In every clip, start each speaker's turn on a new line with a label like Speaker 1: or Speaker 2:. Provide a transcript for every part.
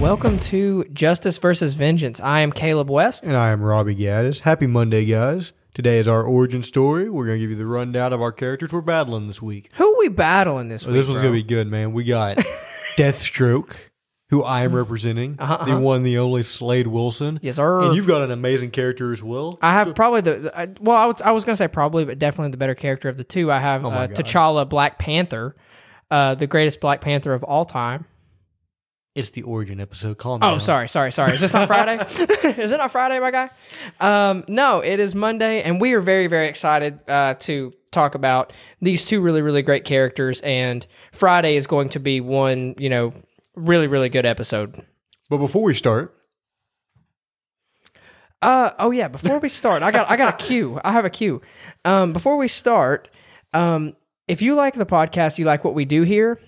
Speaker 1: Welcome to Justice versus Vengeance. I am Caleb West.
Speaker 2: And I am Robbie Gaddis. Happy Monday, guys. Today is our origin story. We're going to give you the rundown of our characters we're battling this week.
Speaker 1: Who are we battling this
Speaker 2: So
Speaker 1: week?
Speaker 2: this one's
Speaker 1: bro?
Speaker 2: going to be good, man. We got Deathstroke, who I am representing, the one, the only Slade Wilson.
Speaker 1: Mm. Uh-huh, Yes, sir.
Speaker 2: And you've got an amazing character as well.
Speaker 1: I have probably the, the- I, well, I was, I was going to say probably, but definitely the better character of the two. I have uh,
Speaker 2: God.
Speaker 1: T'Challa, Black Panther, uh, the greatest Black Panther of all time.
Speaker 2: it's the origin episode. Calm
Speaker 1: Oh,
Speaker 2: down.
Speaker 1: sorry, sorry, sorry. Is this not Friday? is it not Friday, my guy? Um, no, it is Monday, and we are very, very excited uh, to talk about these two really, really great characters. And Friday is going to be one, you know, really, really good episode.
Speaker 2: But before we start,
Speaker 1: Uh oh yeah, before we start, I got I got a cue. I have a cue. Um before we start, um if you like the podcast, you like what we do here,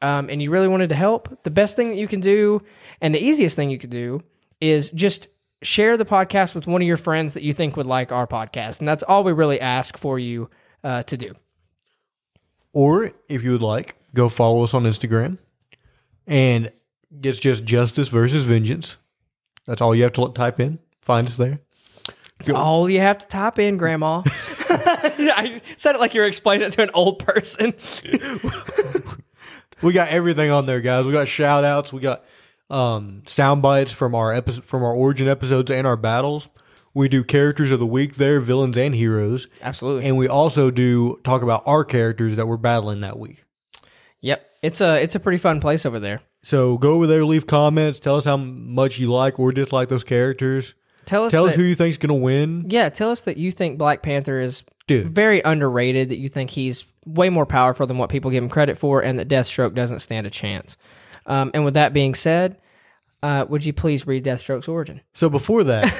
Speaker 1: um and you really wanted to help, the best thing that you can do and the easiest thing you could do is just share the podcast with one of your friends that you think would like our podcast. And that's all we really ask for you uh to do.
Speaker 2: or if you would like, go follow us on Instagram. And it's just Justice versus Vengeance. That's all you have to look- type in. Find us there.
Speaker 1: All you have to type in, Grandma. I said it like you were explaining it to an old person.
Speaker 2: We got everything on there, guys. We got shout outs. We got um, sound bites from our episode, from our origin episodes and our battles. We do characters of the week there, villains and heroes.
Speaker 1: Absolutely.
Speaker 2: And we also do talk about our characters that we're battling that week.
Speaker 1: Yep. It's a it's a pretty fun place over there.
Speaker 2: So go over there, leave comments, tell us how much you like or dislike those characters.
Speaker 1: Tell us
Speaker 2: Tell
Speaker 1: that-
Speaker 2: us who you think's gonna win.
Speaker 1: Yeah, tell us that you think Black Panther is
Speaker 2: Dude.
Speaker 1: very underrated, that you think he's way more powerful than what people give him credit for, and that Deathstroke doesn't stand a chance. Um, and with that being said, uh, would you please read Deathstroke's origin?
Speaker 2: So before that,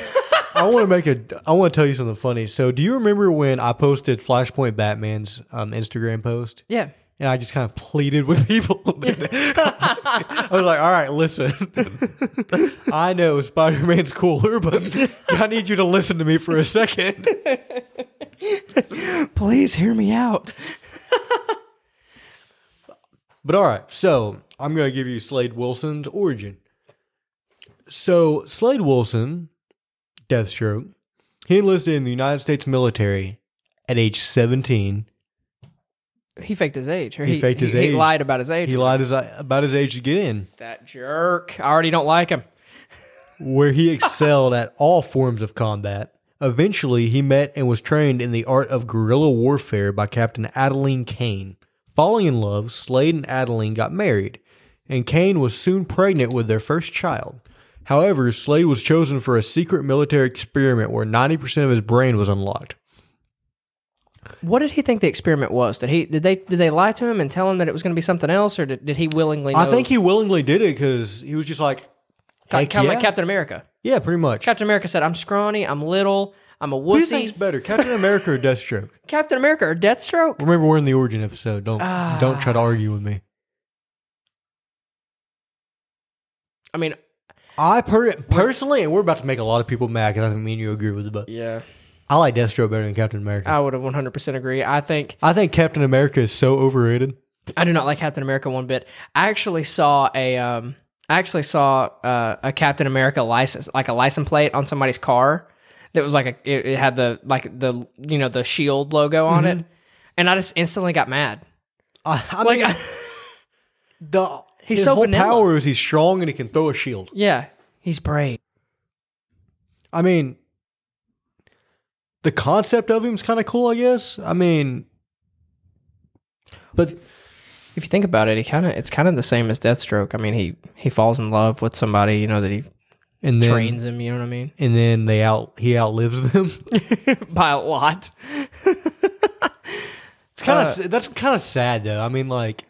Speaker 2: I want to make a. I want to tell you something funny. So do you remember when I posted Flashpoint Batman's um, Instagram post?
Speaker 1: Yeah.
Speaker 2: and I just kind of pleaded with people. I was like, "All right, listen. I know Spider Man's cooler, but I need you to listen to me for a second.
Speaker 1: Please hear me out.
Speaker 2: But all right, so I'm going to give you Slade Wilson's origin. So Slade Wilson, Deathstroke, he enlisted in the United States military at age 17.
Speaker 1: He faked his age. Or he,
Speaker 2: He faked his age.
Speaker 1: He lied about his age.
Speaker 2: He lied his, about his age to get in,
Speaker 1: that jerk. I already don't like him.
Speaker 2: where he excelled at all forms of combat. Eventually, he met and was trained in the art of guerrilla warfare by Captain Adeline Kane. Falling in love, Slade and Adeline got married, and Kane was soon pregnant with their first child. However, Slade was chosen for a secret military experiment where 90% of his brain was unlocked.
Speaker 1: What did he think the experiment was? Did he did they did they lie to him and tell him that it was going to be something else, or did, did he willingly? Know,
Speaker 2: I think he willingly did it because he was just like,
Speaker 1: kind,
Speaker 2: heck
Speaker 1: kind of like
Speaker 2: yeah.
Speaker 1: Captain America.
Speaker 2: yeah, pretty much.
Speaker 1: Captain America said, "I'm scrawny. I'm little. I'm a
Speaker 2: Who do you
Speaker 1: wussy."
Speaker 2: think's better, Captain America or Deathstroke?
Speaker 1: Captain America or Deathstroke?
Speaker 2: Remember, we're in the origin episode. Don't
Speaker 1: Ah.
Speaker 2: don't try to argue with me.
Speaker 1: I mean,
Speaker 2: I per- personally, and we're about to make a lot of people mad. 'cause I think me and you agree with it, but
Speaker 1: yeah,
Speaker 2: I like Deathstroke better than Captain America.
Speaker 1: I would have 100% agree. I think
Speaker 2: I think Captain America is so overrated.
Speaker 1: I do not like Captain America one bit. I actually saw a um I actually saw uh, a Captain America license like a license plate on somebody's car that was like a it, it had the like the you know the shield logo on it. And I just instantly got mad.
Speaker 2: I, I
Speaker 1: Like
Speaker 2: mean, the,
Speaker 1: He's
Speaker 2: his
Speaker 1: so
Speaker 2: whole
Speaker 1: vanilla.
Speaker 2: power is he's strong and he can throw a shield.
Speaker 1: yeah, he's brave.
Speaker 2: I mean, the concept of him is kind of cool, I guess. I mean, but
Speaker 1: If you think about it, he kind of it's kind of the same as Deathstroke. I mean, he he falls in love with somebody, you know that he
Speaker 2: and then
Speaker 1: trains him, you know what I mean?
Speaker 2: and then they out he outlives them.
Speaker 1: By a lot.
Speaker 2: It's kind of that's kind of sad though. I mean, like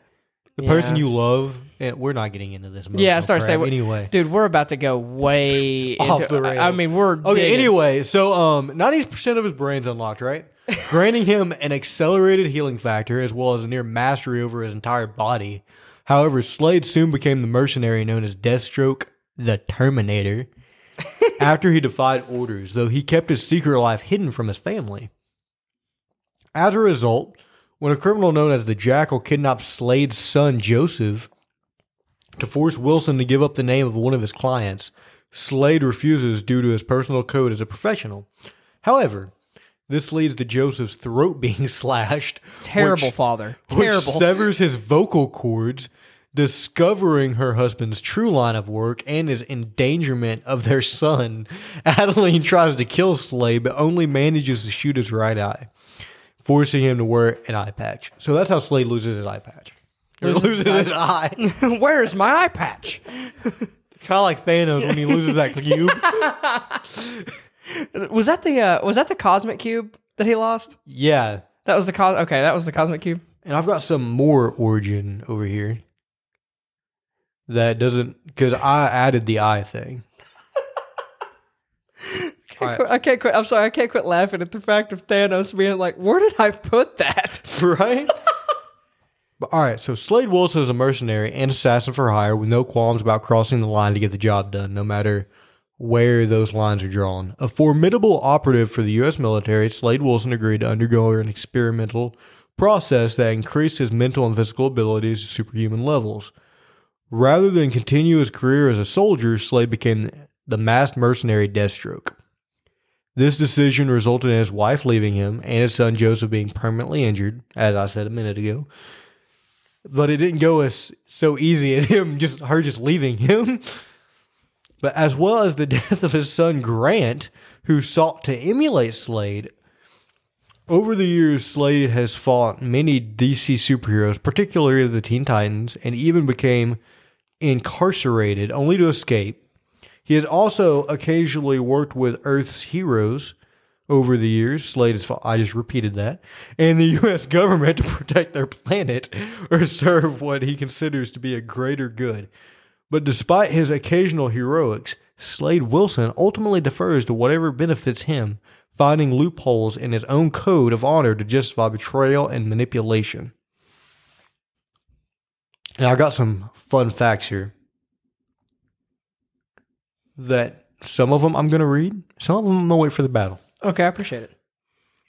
Speaker 2: the person
Speaker 1: Uh, Yeah.
Speaker 2: you love. And we're not getting into this.
Speaker 1: Yeah, I
Speaker 2: emotional
Speaker 1: start
Speaker 2: crap
Speaker 1: saying what-
Speaker 2: anyway.
Speaker 1: Dude, we're about to go way
Speaker 2: Off
Speaker 1: into-
Speaker 2: the
Speaker 1: I- I
Speaker 2: rails.
Speaker 1: mean, we're
Speaker 2: Okay.
Speaker 1: digging.
Speaker 2: Anyway, so um, ninety percent of his brain's unlocked, right? Granting him an accelerated healing factor as well as a near mastery over his entire body. However, Slade soon became the mercenary known as Deathstroke, the Terminator. after he defied orders, though he kept his secret life hidden from his family. As a result, when a criminal known as the Jackal kidnaps Slade's son Joseph to force Wilson to give up the name of one of his clients. Slade refuses due to his personal code as a professional. However, this leads to Joseph's throat being slashed.
Speaker 1: Terrible
Speaker 2: which-
Speaker 1: father.
Speaker 2: which
Speaker 1: Terrible.
Speaker 2: severs his vocal cords, discovering her husband's true line of work and his endangerment of their son. Adeline tries to kill Slay, but only manages to shoot his right eye, forcing him to wear an eye patch. So that's how Slade loses his eye patch. Or
Speaker 1: Loses
Speaker 2: Loses,
Speaker 1: his
Speaker 2: his eye. kind
Speaker 1: Where is my eye patch?
Speaker 2: of like Thanos when he loses that cube.
Speaker 1: Was that the uh, was that the cosmic cube that he lost?
Speaker 2: yeah.
Speaker 1: That was the cos. Okay, that was the cosmic cube.
Speaker 2: And I've got some more origin over here that doesn't, because I added the eye thing. All right.
Speaker 1: I can't quit. I'm sorry. I can't quit laughing at the fact of Thanos being like, "Where did I put that?"
Speaker 2: right? but all right, so Slade Wilson is a mercenary and assassin for hire with no qualms about crossing the line to get the job done, no matter where those lines are drawn. A formidable operative for the U.S. military, Slade Wilson agreed to undergo an experimental process that increased his mental and physical abilities to superhuman levels. Rather than continue his career as a soldier, Slade became the masked mercenary Deathstroke. This decision resulted in his wife leaving him and his son Joseph being permanently injured, as I said a minute ago. But it didn't go as so easy as him just her just leaving him. But as well as the death of his son Grant, who sought to emulate Slade. Over the years, Slade has fought many DC superheroes, particularly the Teen Titans, and even became incarcerated only to escape. He has also occasionally worked with Earth's heroes over the years. Slade is, I just repeated that, and the U.S. government to protect their planet or serve what he considers to be a greater good. But despite his occasional heroics, Slade Wilson ultimately defers to whatever benefits him, finding loopholes in his own code of honor to justify betrayal and manipulation. Now, I got some fun facts here that some of them I'm going to read, some of them I'm going to wait for the battle.
Speaker 1: Okay, I appreciate it.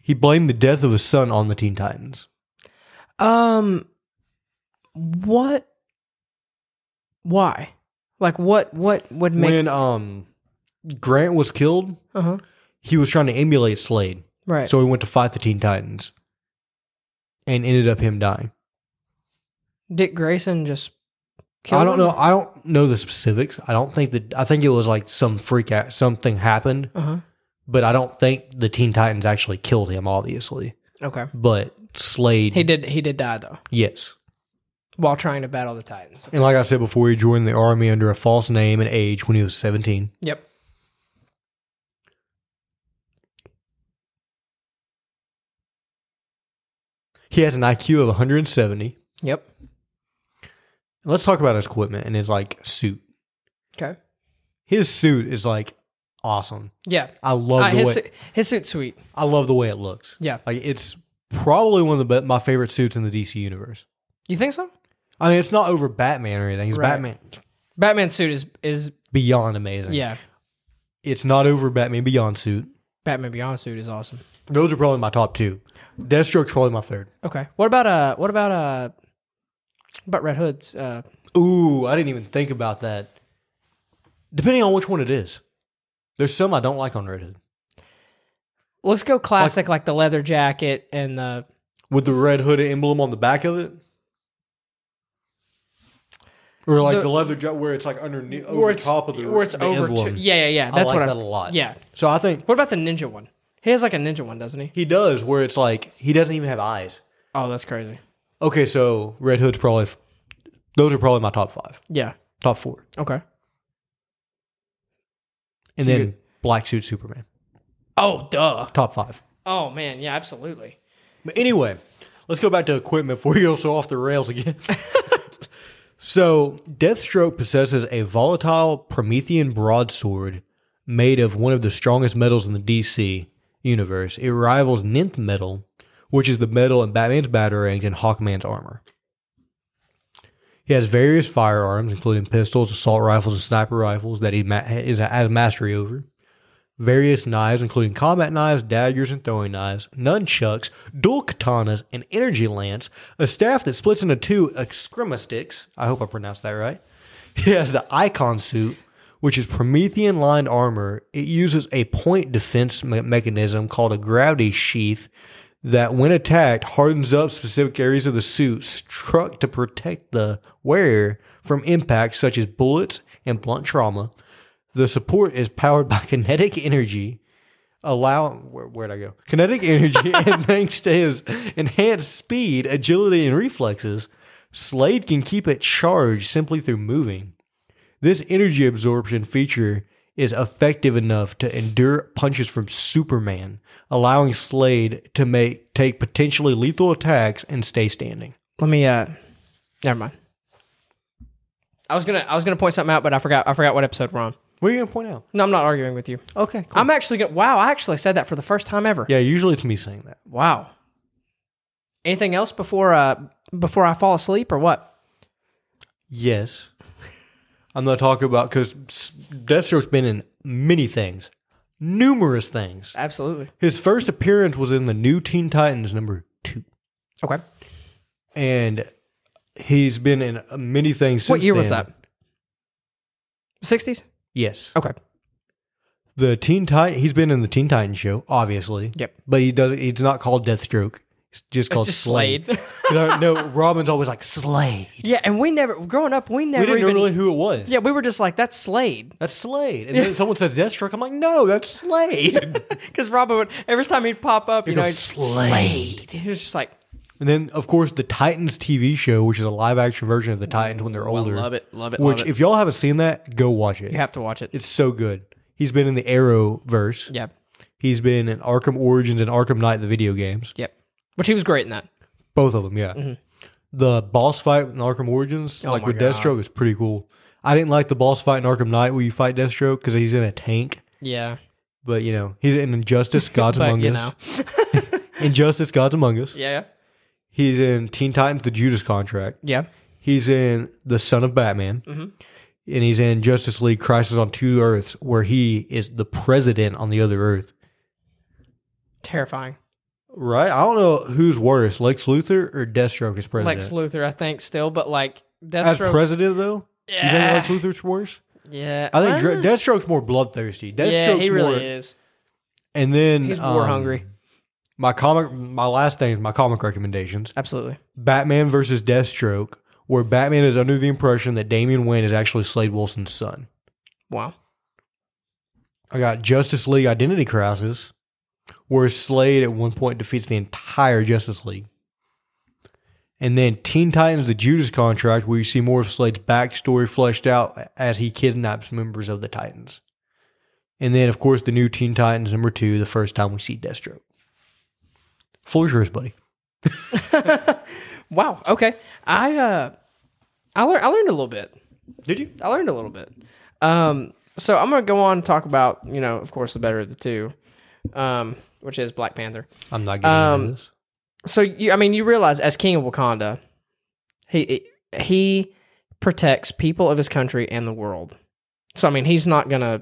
Speaker 2: He blamed the death of his son on the Teen Titans.
Speaker 1: Um, what? Why? Like, what? What would make?
Speaker 2: when um Grant was killed,
Speaker 1: Uh huh.
Speaker 2: he was trying to emulate Slade.
Speaker 1: Right.
Speaker 2: So he went to fight the Teen Titans and ended up him dying.
Speaker 1: Dick Grayson just. Killed
Speaker 2: I don't
Speaker 1: him?
Speaker 2: know. I don't know the specifics. I don't think that I think it was like some freak out something happened,
Speaker 1: Uh
Speaker 2: but I don't think the Teen Titans actually killed him obviously.
Speaker 1: huh. Okay.
Speaker 2: But Slade
Speaker 1: He did. He did die though,
Speaker 2: yes.
Speaker 1: while trying to battle the Titans.
Speaker 2: And like I said before, he joined the army under a false name and age when he was 17.
Speaker 1: Yep.
Speaker 2: He has an IQ of 170.
Speaker 1: Yep.
Speaker 2: And let's talk about his equipment and his like suit.
Speaker 1: Okay.
Speaker 2: His suit is like awesome.
Speaker 1: Yeah.
Speaker 2: I love
Speaker 1: Uh,
Speaker 2: the way
Speaker 1: his, su- his suit's sweet.
Speaker 2: I love the way it looks.
Speaker 1: Yeah.
Speaker 2: Like it's probably one of the be- my favorite suits in the DC universe.
Speaker 1: You think so?
Speaker 2: I mean, it's not over Batman or anything. It's
Speaker 1: Right.
Speaker 2: Batman
Speaker 1: Batman's suit is is
Speaker 2: Beyond amazing.
Speaker 1: yeah.
Speaker 2: It's not over Batman Beyond suit.
Speaker 1: Batman Beyond suit is awesome.
Speaker 2: Those are probably my top two. Deathstroke's probably my third.
Speaker 1: Okay. What about uh? What about uh? what About Red Hood's uh?
Speaker 2: Ooh, I didn't even think about that. Depending on which one it is, there's some I don't like on Red Hood.
Speaker 1: Let's go classic, like, the leather jacket and the.
Speaker 2: With the Red Hood emblem on the back of it, or like
Speaker 1: The-
Speaker 2: the, leather jacket where it's like underneath, over
Speaker 1: where it's
Speaker 2: top of the
Speaker 1: where it's
Speaker 2: the
Speaker 1: over. To,
Speaker 2: emblem.
Speaker 1: yeah, yeah, yeah. That's
Speaker 2: I
Speaker 1: what
Speaker 2: like
Speaker 1: I'm.
Speaker 2: that a lot.
Speaker 1: Yeah.
Speaker 2: So I think
Speaker 1: What about the ninja one? He has like a ninja one, doesn't he?
Speaker 2: he does where it's like he doesn't even have eyes.
Speaker 1: Oh, that's crazy.
Speaker 2: Okay, so Red Hood's probably f- those are probably my top five,
Speaker 1: Yeah.
Speaker 2: top four,
Speaker 1: Okay.
Speaker 2: and
Speaker 1: So
Speaker 2: then
Speaker 1: you-
Speaker 2: Black Suit Superman,
Speaker 1: Oh, duh.
Speaker 2: top five.
Speaker 1: Oh man, yeah, absolutely.
Speaker 2: But anyway, let's go back to equipment before you go so off the rails again. so, Deathstroke possesses a volatile Promethean broadsword made of one of the strongest metals in the DC universe. It rivals Ninth Metal, which is the metal in Batman's Batarangs and Hawkman's armor. He has various firearms, including pistols, assault rifles, and sniper rifles that he ma- is has mastery over various knives, including combat knives, daggers, and throwing knives, nunchucks, dual katanas, an energy lance, a staff that splits into two excrema sticks. I hope I pronounced that right. He has the Icon suit, which is Promethean lined armor. It uses a point defense me- mechanism called a gravity sheath that, when attacked, hardens up specific areas of the suit struck to protect the wearer from impacts such as bullets and blunt trauma. The support is powered by kinetic energy. Allow where, where'd I go? Kinetic energy, and thanks to his enhanced speed, agility, and reflexes, Slade can keep it charged simply through moving. This energy absorption feature is effective enough to endure punches from Superman, allowing Slade to make take potentially lethal attacks and stay standing.
Speaker 1: Let me uh never mind. I was gonna I was gonna point something out, but I forgot I forgot what episode we're on.
Speaker 2: What are you gonna point out?
Speaker 1: No, I'm not arguing with you.
Speaker 2: Okay,
Speaker 1: I'm actually gonna wow, I actually said that for the first time ever.
Speaker 2: Yeah, usually it's me saying that.
Speaker 1: Wow. Anything else before uh before I fall asleep or what?
Speaker 2: Yes. I'm not talking about because Deathstroke's been in many things, numerous things.
Speaker 1: Absolutely.
Speaker 2: His first appearance was in the new Teen Titans number two,
Speaker 1: Okay.
Speaker 2: and he's been in uh, many things. Since
Speaker 1: what year was
Speaker 2: then.
Speaker 1: that? Sixties?
Speaker 2: Yes.
Speaker 1: Okay.
Speaker 2: The Teen Titan. He's been in the Teen Titans show, obviously.
Speaker 1: Yep.
Speaker 2: But he does. He's not called Deathstroke. It's just called
Speaker 1: just
Speaker 2: Slade.
Speaker 1: Slade.
Speaker 2: No, no, Robin's always like Slade.
Speaker 1: Yeah, and we never growing up we never
Speaker 2: We didn't know
Speaker 1: even
Speaker 2: really who it was.
Speaker 1: Yeah, we were just like that's Slade.
Speaker 2: That's Slade. And then someone says Deathstroke. I'm like, no, that's Slade. and
Speaker 1: Because Robin would every time he'd pop up, you know,
Speaker 2: goes,
Speaker 1: he'd-
Speaker 2: "Slade."
Speaker 1: He was just like,
Speaker 2: then, of course, the Titans TV show, which is a live action version of the Titans when they're older.
Speaker 1: love it, love it,
Speaker 2: Which,
Speaker 1: love it.
Speaker 2: if y'all haven't seen that, go watch it.
Speaker 1: you have to watch it.
Speaker 2: It's so good. He's been in the Arrow verse.
Speaker 1: Yep,
Speaker 2: He's been in Arkham Origins and Arkham Knight, the video games.
Speaker 1: yep. Which he was great in that.
Speaker 2: Both of them, yeah. The boss fight in Arkham Origins,
Speaker 1: Mm-hmm.
Speaker 2: like
Speaker 1: Oh my
Speaker 2: with
Speaker 1: God.
Speaker 2: Deathstroke, is pretty cool. I didn't like the boss fight in Arkham Knight where you fight Deathstroke because he's in a tank.
Speaker 1: Yeah,
Speaker 2: But you know, he's in Injustice, Gods
Speaker 1: but
Speaker 2: Among
Speaker 1: you know,
Speaker 2: Us. Injustice, Gods Among Us.
Speaker 1: yeah,
Speaker 2: He's in Teen Titans: The Judas Contract.
Speaker 1: yeah,
Speaker 2: He's in The Son of Batman,
Speaker 1: Mm-hmm.
Speaker 2: and he's in Justice League: Crisis on Two Earths, where he is the president on the other Earth.
Speaker 1: terrifying.
Speaker 2: Right? I don't know who's worse, Lex Luthor or Deathstroke as president.
Speaker 1: Lex Luthor, I think, still, but like
Speaker 2: as
Speaker 1: Deathstroke.
Speaker 2: president, though,
Speaker 1: Yeah.
Speaker 2: you think Lex Luthor's worse?
Speaker 1: yeah,
Speaker 2: I think Dr
Speaker 1: Ah,
Speaker 2: Deathstroke's more bloodthirsty. Deathstroke's
Speaker 1: yeah, he really
Speaker 2: more,
Speaker 1: is.
Speaker 2: and then
Speaker 1: He's war
Speaker 2: um,
Speaker 1: hungry.
Speaker 2: My comic, my last thing is my comic recommendations:
Speaker 1: Absolutely.
Speaker 2: Batman versus Deathstroke, where Batman is under the impression that Damian Wayne is actually Slade Wilson's son.
Speaker 1: Wow.
Speaker 2: I got Justice League Identity Crisis, where Slade at one point defeats the entire Justice League. And then Teen Titans The Judas Contract, where you see more of Slade's backstory fleshed out as he kidnaps members of the Titans. And then, of course, the new Teen Titans number two, the first time we see Deathstroke. Floor's yours, buddy.
Speaker 1: Wow. Okay. I uh, I learned. I learned a little bit.
Speaker 2: Did you?
Speaker 1: I learned a little bit. Um, so I'm gonna go on and talk about, you know, of course, the better of the two, um, which is Black Panther.
Speaker 2: I'm not getting
Speaker 1: Um,
Speaker 2: into this.
Speaker 1: So you, I mean, you realize as King of Wakanda, he he protects people of his country and the world. So I mean, he's not gonna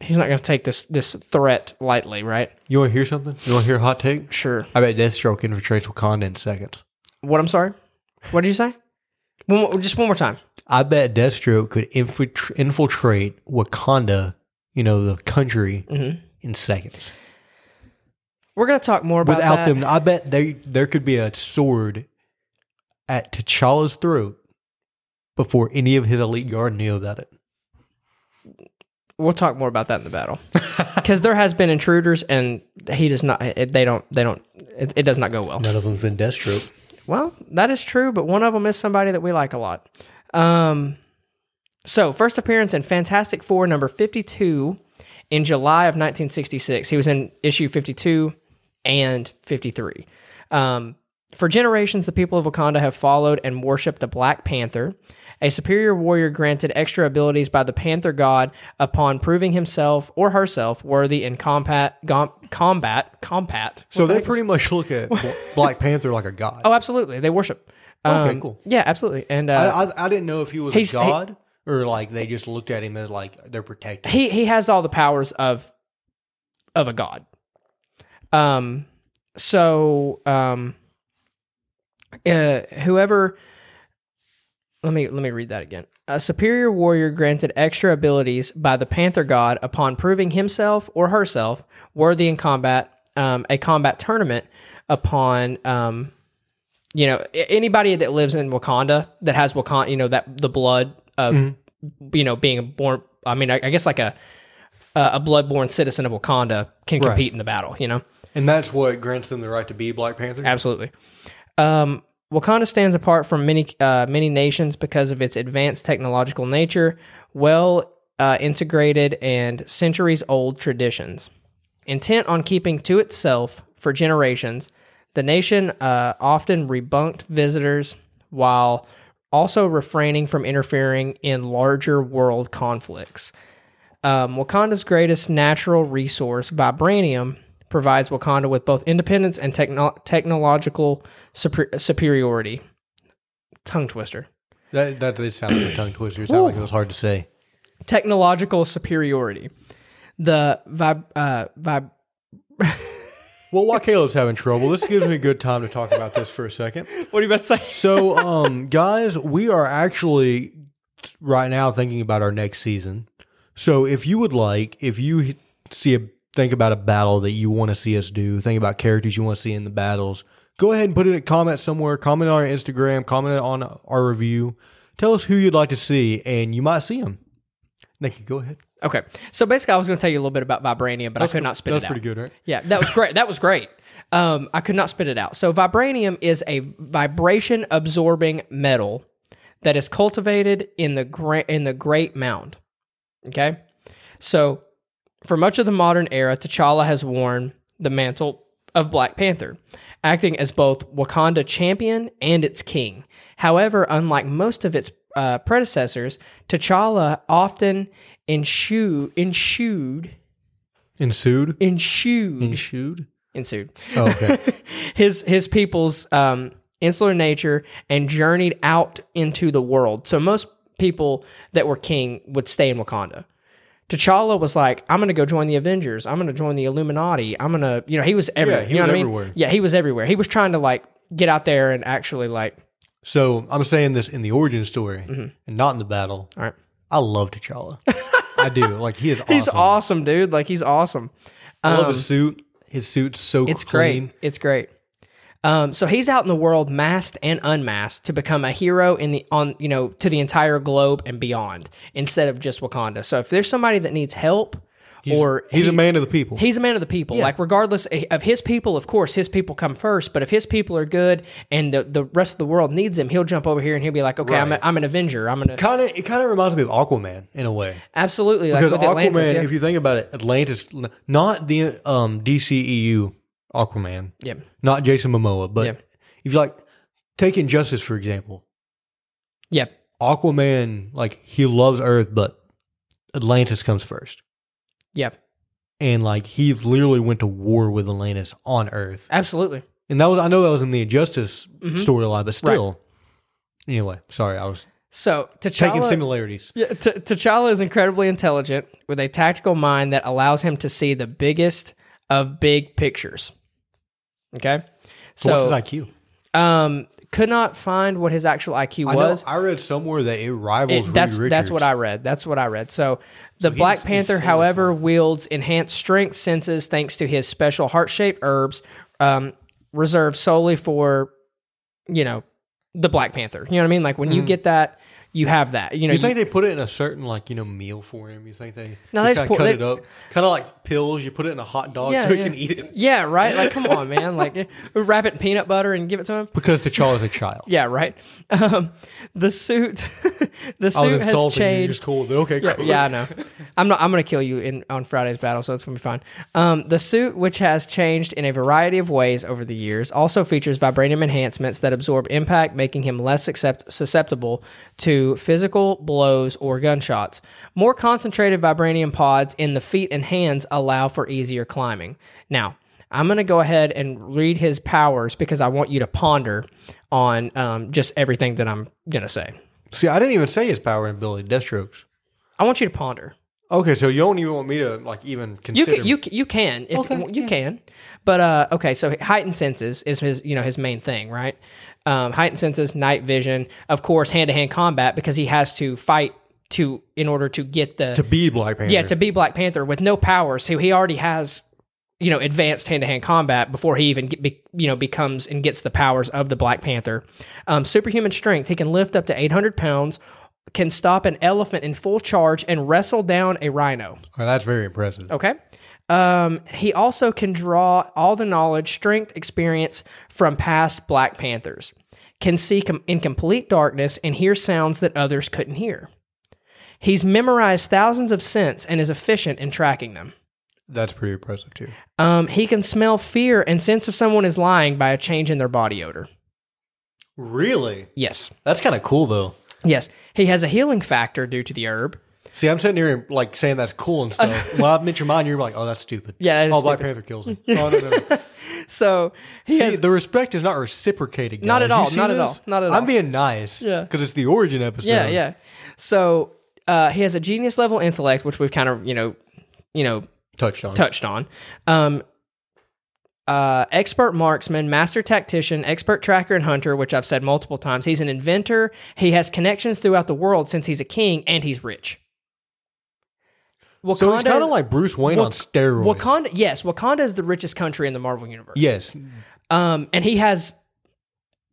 Speaker 1: he's not gonna take this this threat lightly, right?
Speaker 2: You want to hear something? You want to hear a hot take?
Speaker 1: Sure.
Speaker 2: I bet Deathstroke infiltrates Wakanda in seconds.
Speaker 1: What? I'm sorry. What did you say? One, more- just one more time.
Speaker 2: I bet Deathstroke could infiltr- infiltrate Wakanda, you know, the country
Speaker 1: Mm-hmm.
Speaker 2: in seconds.
Speaker 1: We're gonna talk more about
Speaker 2: Without
Speaker 1: that.
Speaker 2: them, I bet they there could be a sword at T'Challa's throat before any of his elite guard knew about it.
Speaker 1: we'll talk more about that in the battle because there has been intruders and he does not it, they don't they don't it, it does not go well
Speaker 2: None of them's been Deathstroke.
Speaker 1: well that is true but one of them is somebody that we like a lot um so first appearance in fantastic four number 52 in july of 1966 he was in issue 52 and 53 um for generations, the people of Wakanda have followed and worshiped the Black Panther, a superior warrior granted extra abilities by the Panther God upon proving himself or herself worthy in combat. gom- combat, combat.
Speaker 2: So they pretty much look at Bla- Black Panther like a god.
Speaker 1: Oh, absolutely. They worship.
Speaker 2: Okay,
Speaker 1: Um,
Speaker 2: cool.
Speaker 1: Yeah, absolutely. And
Speaker 2: I,
Speaker 1: uh,
Speaker 2: I, I didn't know if he was a
Speaker 1: He's- he-
Speaker 2: god or like they just looked at him as like they're protected.
Speaker 1: he he has all the powers of of a god. Um. So um. Uh, whoever Let me let me read that again. A superior warrior granted extra abilities by the panther god upon proving himself or herself worthy in combat. Um, a combat tournament upon um, you know a- anybody that lives in Wakanda that has Wakanda, you know that the blood of you know being a born. I mean, I, I guess like a a a bloodborne citizen of Wakanda can compete in the battle. You know.
Speaker 2: And that's what grants them the right to be Black Panther.
Speaker 1: Absolutely. Um, Wakanda stands apart from many uh, many nations because of its advanced technological nature, well uh, integrated, and centuries old traditions. Intent on keeping to itself for generations, the nation uh, often rebunked visitors while also refraining from interfering in larger world conflicts. Um, Wakanda's greatest natural resource, vibranium, provides Wakanda with both independence and techno- technological super- superiority. Tongue twister.
Speaker 2: That, that did sound like a tongue twister. It sounded like it was hard to say.
Speaker 1: Technological superiority. The vib- uh, vib-
Speaker 2: Well, while Caleb's having trouble, this gives me a good time to talk about this for a second.
Speaker 1: What are you about to say?
Speaker 2: So, um, guys, we are actually right now thinking about our next season. So, if you would like, if you see a think about a battle that you want to see us do, think about characters you want to see in the battles, go ahead and put it in a comment somewhere. Comment on our Instagram. Comment on our review. Tell us who you'd like to see, and you might see them. Nikki, go ahead.
Speaker 1: Okay. So basically, I was going to tell you a little bit about vibranium, but I could not spit
Speaker 2: That's
Speaker 1: it out.
Speaker 2: pretty good, right?
Speaker 1: Yeah, that was great. that was great. Um, I could not spit it out. So vibranium is a vibration absorbing metal that is cultivated in the gra- in the Great Mound. Okay, so for much of the modern era, T'Challa has worn the mantle of Black Panther, acting as both Wakanda champion and its king. However, unlike most of its uh, predecessors, T'Challa often enshue, ensued,
Speaker 2: Ensued.
Speaker 1: ensued,
Speaker 2: Ensued.
Speaker 1: ensued
Speaker 2: Oh, okay.
Speaker 1: his his people's um, insular nature and journeyed out into the world. So most people that were king would stay in Wakanda. T'Challa was like, I'm gonna go join the Avengers. I'm gonna join the Illuminati. I'm gonna, you know, he was everywhere.
Speaker 2: Yeah, he
Speaker 1: you know
Speaker 2: was
Speaker 1: what I
Speaker 2: everywhere.
Speaker 1: mean? Yeah, he was everywhere. He was trying to like get out there and actually like,
Speaker 2: So I'm saying this in the origin story and not in the battle.
Speaker 1: Mm-hmm. all right,
Speaker 2: I love T'Challa. I do. Like he is awesome.
Speaker 1: he's awesome, dude. Like he's awesome.
Speaker 2: I love his suit. His suit's so
Speaker 1: It's
Speaker 2: clean.
Speaker 1: great. It's great. Um, so he's out in the world, masked and unmasked, to become a hero in the on you know to the entire globe and beyond, instead of just Wakanda. So if there's somebody that needs help, or
Speaker 2: He's a
Speaker 1: he-
Speaker 2: man of the people.
Speaker 1: He's a man of the people. Like regardless of his people, of course, his people come first. But if his people are good and the, the rest of the world needs him, he'll jump over here and he'll be like, okay, I'm, a, I'm an Avenger. I'm gonna
Speaker 2: Kind of, it kind of reminds me of Aquaman in a way
Speaker 1: absolutely like
Speaker 2: because
Speaker 1: with
Speaker 2: Aquaman,
Speaker 1: Atlantis. yeah.
Speaker 2: if you think about it, Atlantis, not the um, DCEU Aquaman,
Speaker 1: yeah.
Speaker 2: not Jason Momoa, but
Speaker 1: Yeah.
Speaker 2: if you like take Injustice for example,
Speaker 1: Yeah.
Speaker 2: Aquaman like he loves Earth, but Atlantis comes first,
Speaker 1: Yeah.
Speaker 2: and like he literally went to war with Atlantis on Earth.
Speaker 1: Absolutely.
Speaker 2: And that was I know that was in the Injustice
Speaker 1: Mhm.
Speaker 2: storyline, but still. Anyway, sorry, I was
Speaker 1: So T'Challa
Speaker 2: taking similarities.
Speaker 1: Yeah, T- T'Challa is incredibly intelligent with a tactical mind that allows him to see the biggest of big pictures. Okay,
Speaker 2: So, what's
Speaker 1: so
Speaker 2: his IQ?
Speaker 1: um, could not find what his actual IQ
Speaker 2: I know-
Speaker 1: was.
Speaker 2: I read somewhere that it rivals
Speaker 1: It- that's
Speaker 2: Reed Richards.
Speaker 1: that's what I read. That's what I read. So the Black
Speaker 2: he's-
Speaker 1: Panther,
Speaker 2: he's
Speaker 1: however, wields enhanced strength senses thanks to his special heart shaped herbs um, reserved solely for you know the Black Panther. You know what I mean? Like when you get that, you have that. You know,
Speaker 2: Mm-hmm. You
Speaker 1: you-
Speaker 2: think they put it in a certain like you know meal for him? You think they
Speaker 1: No, they
Speaker 2: just
Speaker 1: just
Speaker 2: kind
Speaker 1: pour-
Speaker 2: of cut
Speaker 1: they-
Speaker 2: it up, kind of like pills? You put it in a hot dog
Speaker 1: Yeah,
Speaker 2: so he
Speaker 1: yeah.
Speaker 2: can eat it
Speaker 1: Yeah, right. Like, come on, man. Like, wrap it in peanut butter and give it to him.
Speaker 2: because T'Challa's a child.
Speaker 1: Yeah, right. Um, the suit, the
Speaker 2: I was
Speaker 1: suit has
Speaker 2: insulting you. You're
Speaker 1: changed.
Speaker 2: just cool. Then okay, cool.
Speaker 1: Yeah, I know. I'm not. I'm gonna kill you in on Friday's battle, so it's gonna be fine. Um, the suit, which has changed in a variety of ways over the years, also features vibranium enhancements that absorb impact, making him less accept- susceptible to physical blows or gunshots. More concentrated vibranium pods in the feet and hands allow for easier climbing. Now, I'm going to go ahead and read his powers because I want you to ponder on um, just everything that I'm going to say.
Speaker 2: See, I didn't even say his power and ability, Deathstroke's.
Speaker 1: I want you to ponder.
Speaker 2: Okay, so you don't even want me to like even
Speaker 1: You
Speaker 2: consider.
Speaker 1: can, you can- you can if
Speaker 2: Okay,
Speaker 1: you can, but uh, okay. So heightened senses is his you know his main thing, right? um, heightened senses, night vision, of course, hand to hand combat because he has to fight to in order to get the
Speaker 2: to be Black Panther.
Speaker 1: yeah to be Black Panther with no power. So he already has you know advanced hand to hand combat before he even get, be, you know becomes and gets the powers of the Black Panther. Um, superhuman strength. He can lift up to 800 pounds. Can stop an elephant in full charge and wrestle down a rhino.
Speaker 2: Oh, that's very impressive.
Speaker 1: Okay. Um, he also can draw all the knowledge, strength, experience from past Black Panthers. Can see com- in complete darkness and hear sounds that others couldn't hear. He's memorized thousands of scents and is efficient in tracking them.
Speaker 2: That's pretty impressive too.
Speaker 1: Um, he can smell fear and sense if someone is lying by a change in their body odor.
Speaker 2: Really?
Speaker 1: Yes.
Speaker 2: That's kind of cool though.
Speaker 1: Yes. He has a healing factor due to the herb.
Speaker 2: See, I'm sitting here like saying that's cool and stuff. when I mention mine, you're like, "Oh, that's stupid."
Speaker 1: Yeah, that is
Speaker 2: oh, Black Panther kills him. Oh, no, no, no.
Speaker 1: So he
Speaker 2: See,
Speaker 1: has
Speaker 2: the respect is not reciprocated. Guys.
Speaker 1: Not at
Speaker 2: You
Speaker 1: all,
Speaker 2: see
Speaker 1: not at
Speaker 2: this?
Speaker 1: all, not at all.
Speaker 2: I'm being nice.
Speaker 1: Yeah.
Speaker 2: Because it's the origin episode.
Speaker 1: Yeah, yeah. So uh, he has a genius level intellect, which we've kind of you know, you know,
Speaker 2: Touched on.
Speaker 1: touched on. Um, uh, expert marksman, master tactician, expert tracker and hunter, which I've said multiple times. He's an inventor. He has connections throughout the world since he's a king, and he's rich. Wakanda,
Speaker 2: so it's kind of like Bruce Wayne
Speaker 1: Wak-
Speaker 2: on steroids.
Speaker 1: Wakanda. Yes, Wakanda is the richest country in the Marvel universe.
Speaker 2: Yes,
Speaker 1: Um, and he has.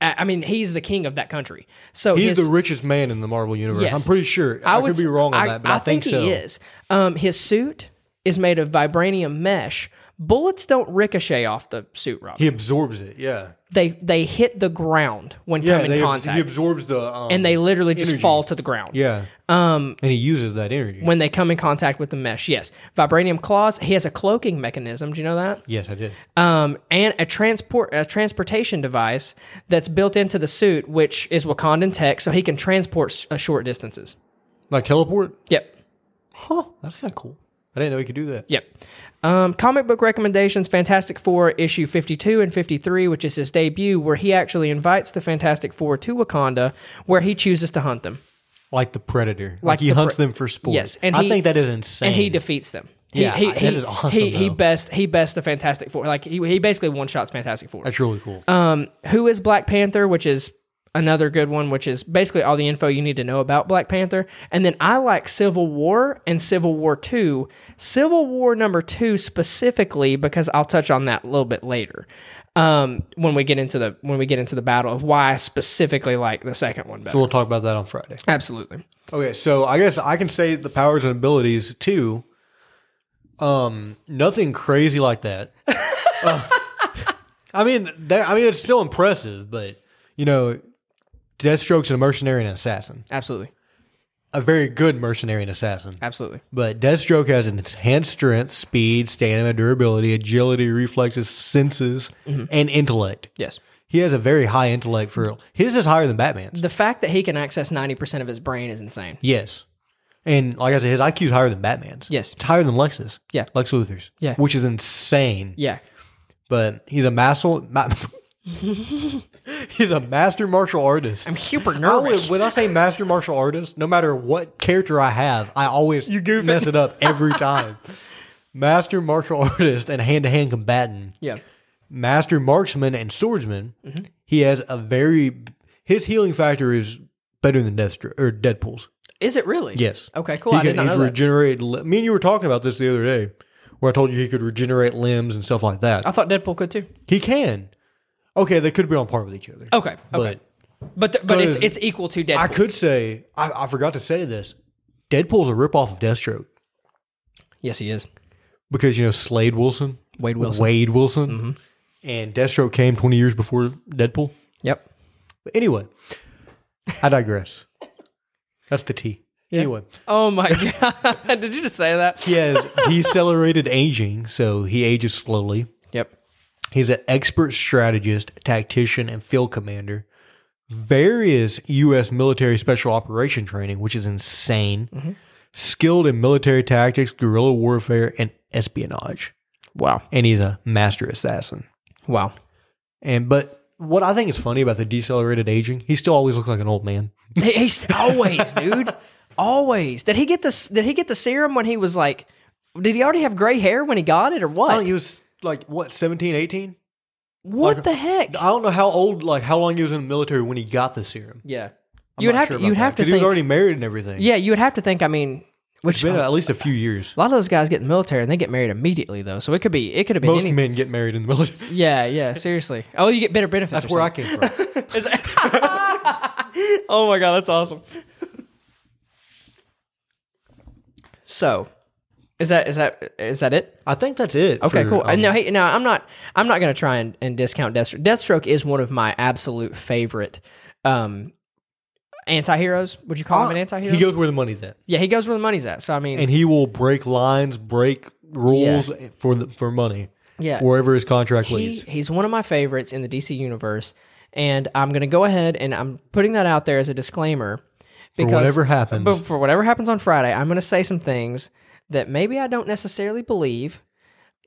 Speaker 1: I I mean, he's the king of that country. So
Speaker 2: he's
Speaker 1: his,
Speaker 2: the richest man in the Marvel universe.
Speaker 1: Yes.
Speaker 2: I'm pretty sure. I,
Speaker 1: would
Speaker 2: could be
Speaker 1: s-
Speaker 2: wrong on that, but I, think, so.
Speaker 1: he is. Um, his suit is made of vibranium mesh. Bullets don't ricochet off the suit, Rob.
Speaker 2: He absorbs it. Yeah,
Speaker 1: they they hit the ground when
Speaker 2: yeah.
Speaker 1: come in
Speaker 2: they abs-
Speaker 1: contact,
Speaker 2: he absorbs the um,
Speaker 1: and they literally just
Speaker 2: energy.
Speaker 1: fall to the ground.
Speaker 2: Yeah. Um, and he uses that energy.
Speaker 1: When they come in contact with the mesh, yes, vibranium claws. He has a cloaking mechanism. Do you know that?
Speaker 2: yes, I did.
Speaker 1: Um, and a transport a transportation device that's built into the suit, which is Wakandan tech, so he can transport s- uh, short distances.
Speaker 2: Like teleport.
Speaker 1: Yep.
Speaker 2: Huh.
Speaker 1: Oh,
Speaker 2: That's kind of cool. I didn't know he could do that.
Speaker 1: Yep. Um, comic book recommendations Fantastic Four issue 52 and 53, which is his debut, where he actually invites the Fantastic Four to Wakanda, where he chooses to hunt them.
Speaker 2: Like the predator. Like,
Speaker 1: Like
Speaker 2: he
Speaker 1: the
Speaker 2: hunts
Speaker 1: pre-
Speaker 2: them for sport.
Speaker 1: Yes, and
Speaker 2: I
Speaker 1: he-
Speaker 2: think that is insane.
Speaker 1: And he defeats them. He-
Speaker 2: Yeah,
Speaker 1: he,
Speaker 2: that
Speaker 1: he-
Speaker 2: is awesome,
Speaker 1: He, he
Speaker 2: though.
Speaker 1: best he best the Fantastic Four. Like he, he basically one shots Fantastic Four.
Speaker 2: That's really cool.
Speaker 1: Um, who is Black Panther, which is another good one, which is basically all the info you need to know about Black Panther. And then I like Civil War and Civil War Two. Civil War number two specifically because I'll touch on that a little bit later. Um, when we get into the when we get into the battle of why I specifically like the second one better.
Speaker 2: so we'll talk about that on Friday.
Speaker 1: Absolutely.
Speaker 2: Okay, so I guess I can say the powers and abilities too. Um, nothing crazy like that. Uh, I mean, that, I mean, it's still impressive, but you know, Deathstroke's a mercenary and assassin,
Speaker 1: Absolutely.
Speaker 2: a very good mercenary and assassin.
Speaker 1: Absolutely.
Speaker 2: But Deathstroke has enhanced strength, speed, stamina, durability, agility, reflexes, senses,
Speaker 1: Mm-hmm.
Speaker 2: and intellect.
Speaker 1: Yes.
Speaker 2: He has a very high intellect for his is higher than Batman's.
Speaker 1: The fact that he can access ninety percent of his brain is insane.
Speaker 2: Yes. And like I said, his IQ is higher than Batman's.
Speaker 1: Yes.
Speaker 2: It's higher than Lex's.
Speaker 1: Yeah.
Speaker 2: Lex Luthor's.
Speaker 1: Yeah.
Speaker 2: Which is insane.
Speaker 1: Yeah.
Speaker 2: But he's a master. Ma- he's a master martial artist.
Speaker 1: I'm super
Speaker 2: I always-
Speaker 1: nervous.
Speaker 2: when I say master martial artist, no matter what character I have, I always you
Speaker 1: goof it.
Speaker 2: mess it up every time. master martial artist and hand to hand combatant
Speaker 1: yeah.
Speaker 2: master marksman and swordsman,
Speaker 1: Mm-hmm.
Speaker 2: he has a very his healing factor is better than Deathstroke or Deadpool's.
Speaker 1: Is it really?
Speaker 2: Yes.
Speaker 1: Okay, cool.
Speaker 2: He
Speaker 1: I did
Speaker 2: can,
Speaker 1: not
Speaker 2: he's
Speaker 1: know that.
Speaker 2: regenerated. Li- me and you were talking about this the other day, where I told you he could regenerate limbs and stuff like that.
Speaker 1: I thought Deadpool could too.
Speaker 2: he can. Okay, they could be on par with each other.
Speaker 1: Okay. Oh, Okay.
Speaker 2: But
Speaker 1: But th- but it's
Speaker 2: Because
Speaker 1: it's equal to Deadpool.
Speaker 2: I could say I, I forgot to say this. Deadpool's a ripoff of Deathstroke
Speaker 1: yes, he is.
Speaker 2: because you know Slade Wilson,
Speaker 1: Wade Wilson. Mm-hmm.
Speaker 2: Wade Wilson, and Deathstroke came twenty years before Deadpool.
Speaker 1: Yep.
Speaker 2: But anyway, I digress. That's the T. Anyway,
Speaker 1: Oh my god! Did you just say that?
Speaker 2: he has decelerated aging, so he ages slowly.
Speaker 1: Yep.
Speaker 2: He's an expert strategist, tactician, and field commander. Various U.S. military special operation training, which is insane.
Speaker 1: Mm-hmm.
Speaker 2: Skilled in military tactics, guerrilla warfare, and espionage.
Speaker 1: Wow.
Speaker 2: And he's a master assassin.
Speaker 1: Wow.
Speaker 2: And but what I think is funny about the decelerated aging, he still always looks like an old man.
Speaker 1: He, he's always, dude. Always. Did he get this? Did he get the serum when he was
Speaker 2: Oh,
Speaker 1: like? Did he already have gray hair when he got it, or
Speaker 2: I think
Speaker 1: what?
Speaker 2: he was like what 17, 18?
Speaker 1: What
Speaker 2: Like,
Speaker 1: the heck?
Speaker 2: I don't know how old, like how long he was in the military when he got the serum.
Speaker 1: yeah.
Speaker 2: I'm
Speaker 1: you would
Speaker 2: not
Speaker 1: have
Speaker 2: sure
Speaker 1: to.
Speaker 2: about
Speaker 1: You would
Speaker 2: that,
Speaker 1: have to
Speaker 2: 'cause He was
Speaker 1: think.
Speaker 2: already married and everything.
Speaker 1: yeah, you would have to think. I mean,
Speaker 2: it's
Speaker 1: which
Speaker 2: been
Speaker 1: a
Speaker 2: at least a few years.
Speaker 1: lot of those guys get in the military and they get married immediately though, so it could be. It could have been
Speaker 2: Most
Speaker 1: any.
Speaker 2: men get married in the military.
Speaker 1: Yeah, yeah. Seriously. Oh, you get better benefits.
Speaker 2: That's
Speaker 1: or
Speaker 2: where I
Speaker 1: something.
Speaker 2: came from.
Speaker 1: Oh my god, that's awesome. so, is that is that is that it?
Speaker 2: I think that's it.
Speaker 1: Okay,
Speaker 2: for,
Speaker 1: cool.
Speaker 2: um,
Speaker 1: And now, hey, now I'm not I'm not gonna try and, and discount Deathstroke. Deathstroke is one of my absolute favorite um anti-heroes. Would you call him an anti-hero?
Speaker 2: Uh, He goes where the money's at,
Speaker 1: yeah, he goes where the money's at. So I mean,
Speaker 2: and he will break lines, break rules for the, for money.
Speaker 1: Yeah.
Speaker 2: wherever his contract
Speaker 1: he,
Speaker 2: leads.
Speaker 1: he's one of my favorites in the DC universe, and I'm gonna go ahead and I'm putting that out there as a disclaimer because
Speaker 2: whatever happens.
Speaker 1: But for whatever happens on Friday, I'm gonna say some things that maybe I don't necessarily believe.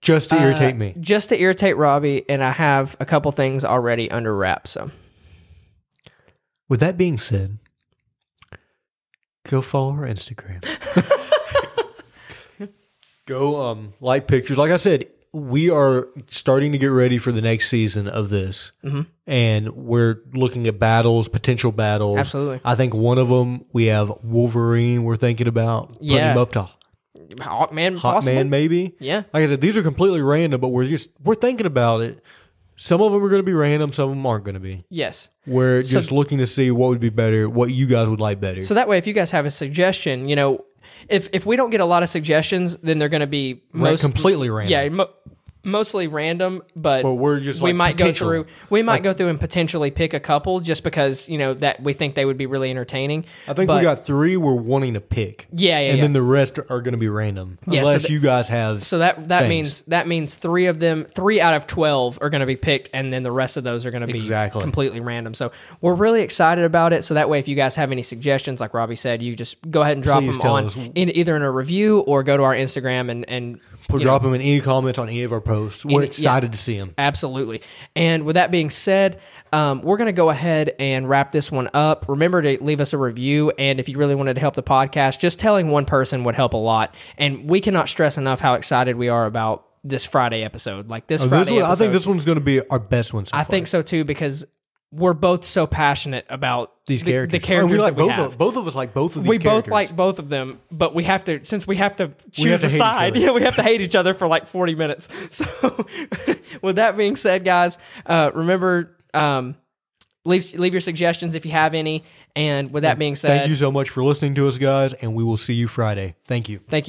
Speaker 2: just to
Speaker 1: uh,
Speaker 2: irritate me.
Speaker 1: just to irritate Robbie, and I have a couple things already under wraps. So
Speaker 2: With that being said, go follow our Instagram. go um like pictures. Like I said, we are starting to get ready for the next season of this,
Speaker 1: Mm-hmm.
Speaker 2: and we're looking at battles, potential battles.
Speaker 1: Absolutely.
Speaker 2: I think one of them we have Wolverine. We're thinking about putting
Speaker 1: Yeah.
Speaker 2: him up to
Speaker 1: Hawkman, possible.
Speaker 2: Hotman, maybe.
Speaker 1: yeah,
Speaker 2: Like I said, these are completely random, but we're just we're thinking about it. Some of them are going to be random. Some of them aren't going to be.
Speaker 1: yes.
Speaker 2: We're just looking to see what would be better, what you guys would like better.
Speaker 1: So that way, if you guys have a suggestion, you know, if if we don't get a lot of suggestions, then they're going to be
Speaker 2: Ran-
Speaker 1: most
Speaker 2: completely random.
Speaker 1: yeah. Mo- Mostly random, but
Speaker 2: But we're just,
Speaker 1: we
Speaker 2: like,
Speaker 1: might
Speaker 2: potential.
Speaker 1: go through we might go through and potentially pick a couple just because you know that we think they would be really entertaining.
Speaker 2: I think
Speaker 1: But-
Speaker 2: we got three we're wanting to pick.
Speaker 1: Yeah, yeah,
Speaker 2: And
Speaker 1: yeah.
Speaker 2: then the rest are going to be random.
Speaker 1: Yeah, so
Speaker 2: unless
Speaker 1: th-
Speaker 2: you guys have.
Speaker 1: So that that
Speaker 2: Thanks.
Speaker 1: means that means three of them, three out of twelve are going to be picked, and then the rest of those are going to be
Speaker 2: Exactly.
Speaker 1: completely random. So we're really excited about it. So that way, if you guys have any suggestions, like Robbie said, you just go ahead and drop
Speaker 2: Please
Speaker 1: them
Speaker 2: tell
Speaker 1: on
Speaker 2: us.
Speaker 1: in either in a review or go to our Instagram and and
Speaker 2: put, drop them in any comments on any of our posts. We're
Speaker 1: Any- yeah.
Speaker 2: excited to see them.
Speaker 1: Absolutely. And with that being said, um, we're going to go ahead and wrap this one up. Remember to leave us a review. And if you really wanted to help the podcast, just telling one person would help a lot. And we cannot stress enough how excited we are about this Friday episode. Like this Friday
Speaker 2: Oh, This one,
Speaker 1: episode.
Speaker 2: I think this one's going to be our best one. So
Speaker 1: I
Speaker 2: far.
Speaker 1: think so too because we're both so passionate about
Speaker 2: these
Speaker 1: the,
Speaker 2: characters.
Speaker 1: the characters
Speaker 2: And we like
Speaker 1: that we
Speaker 2: both
Speaker 1: have.
Speaker 2: of both of us like both of these
Speaker 1: we both
Speaker 2: characters.
Speaker 1: like both of them, but we have to since we have to choose
Speaker 2: have to
Speaker 1: a
Speaker 2: hate each
Speaker 1: side.
Speaker 2: other.
Speaker 1: Yeah, we have to hate each other for like forty minutes. So, with that being said, guys, uh, remember um, leave leave your suggestions if you have any. And with that being said,
Speaker 2: Thank you so much for listening to us, guys, and we will see you Friday. Thank you.
Speaker 1: Thank you.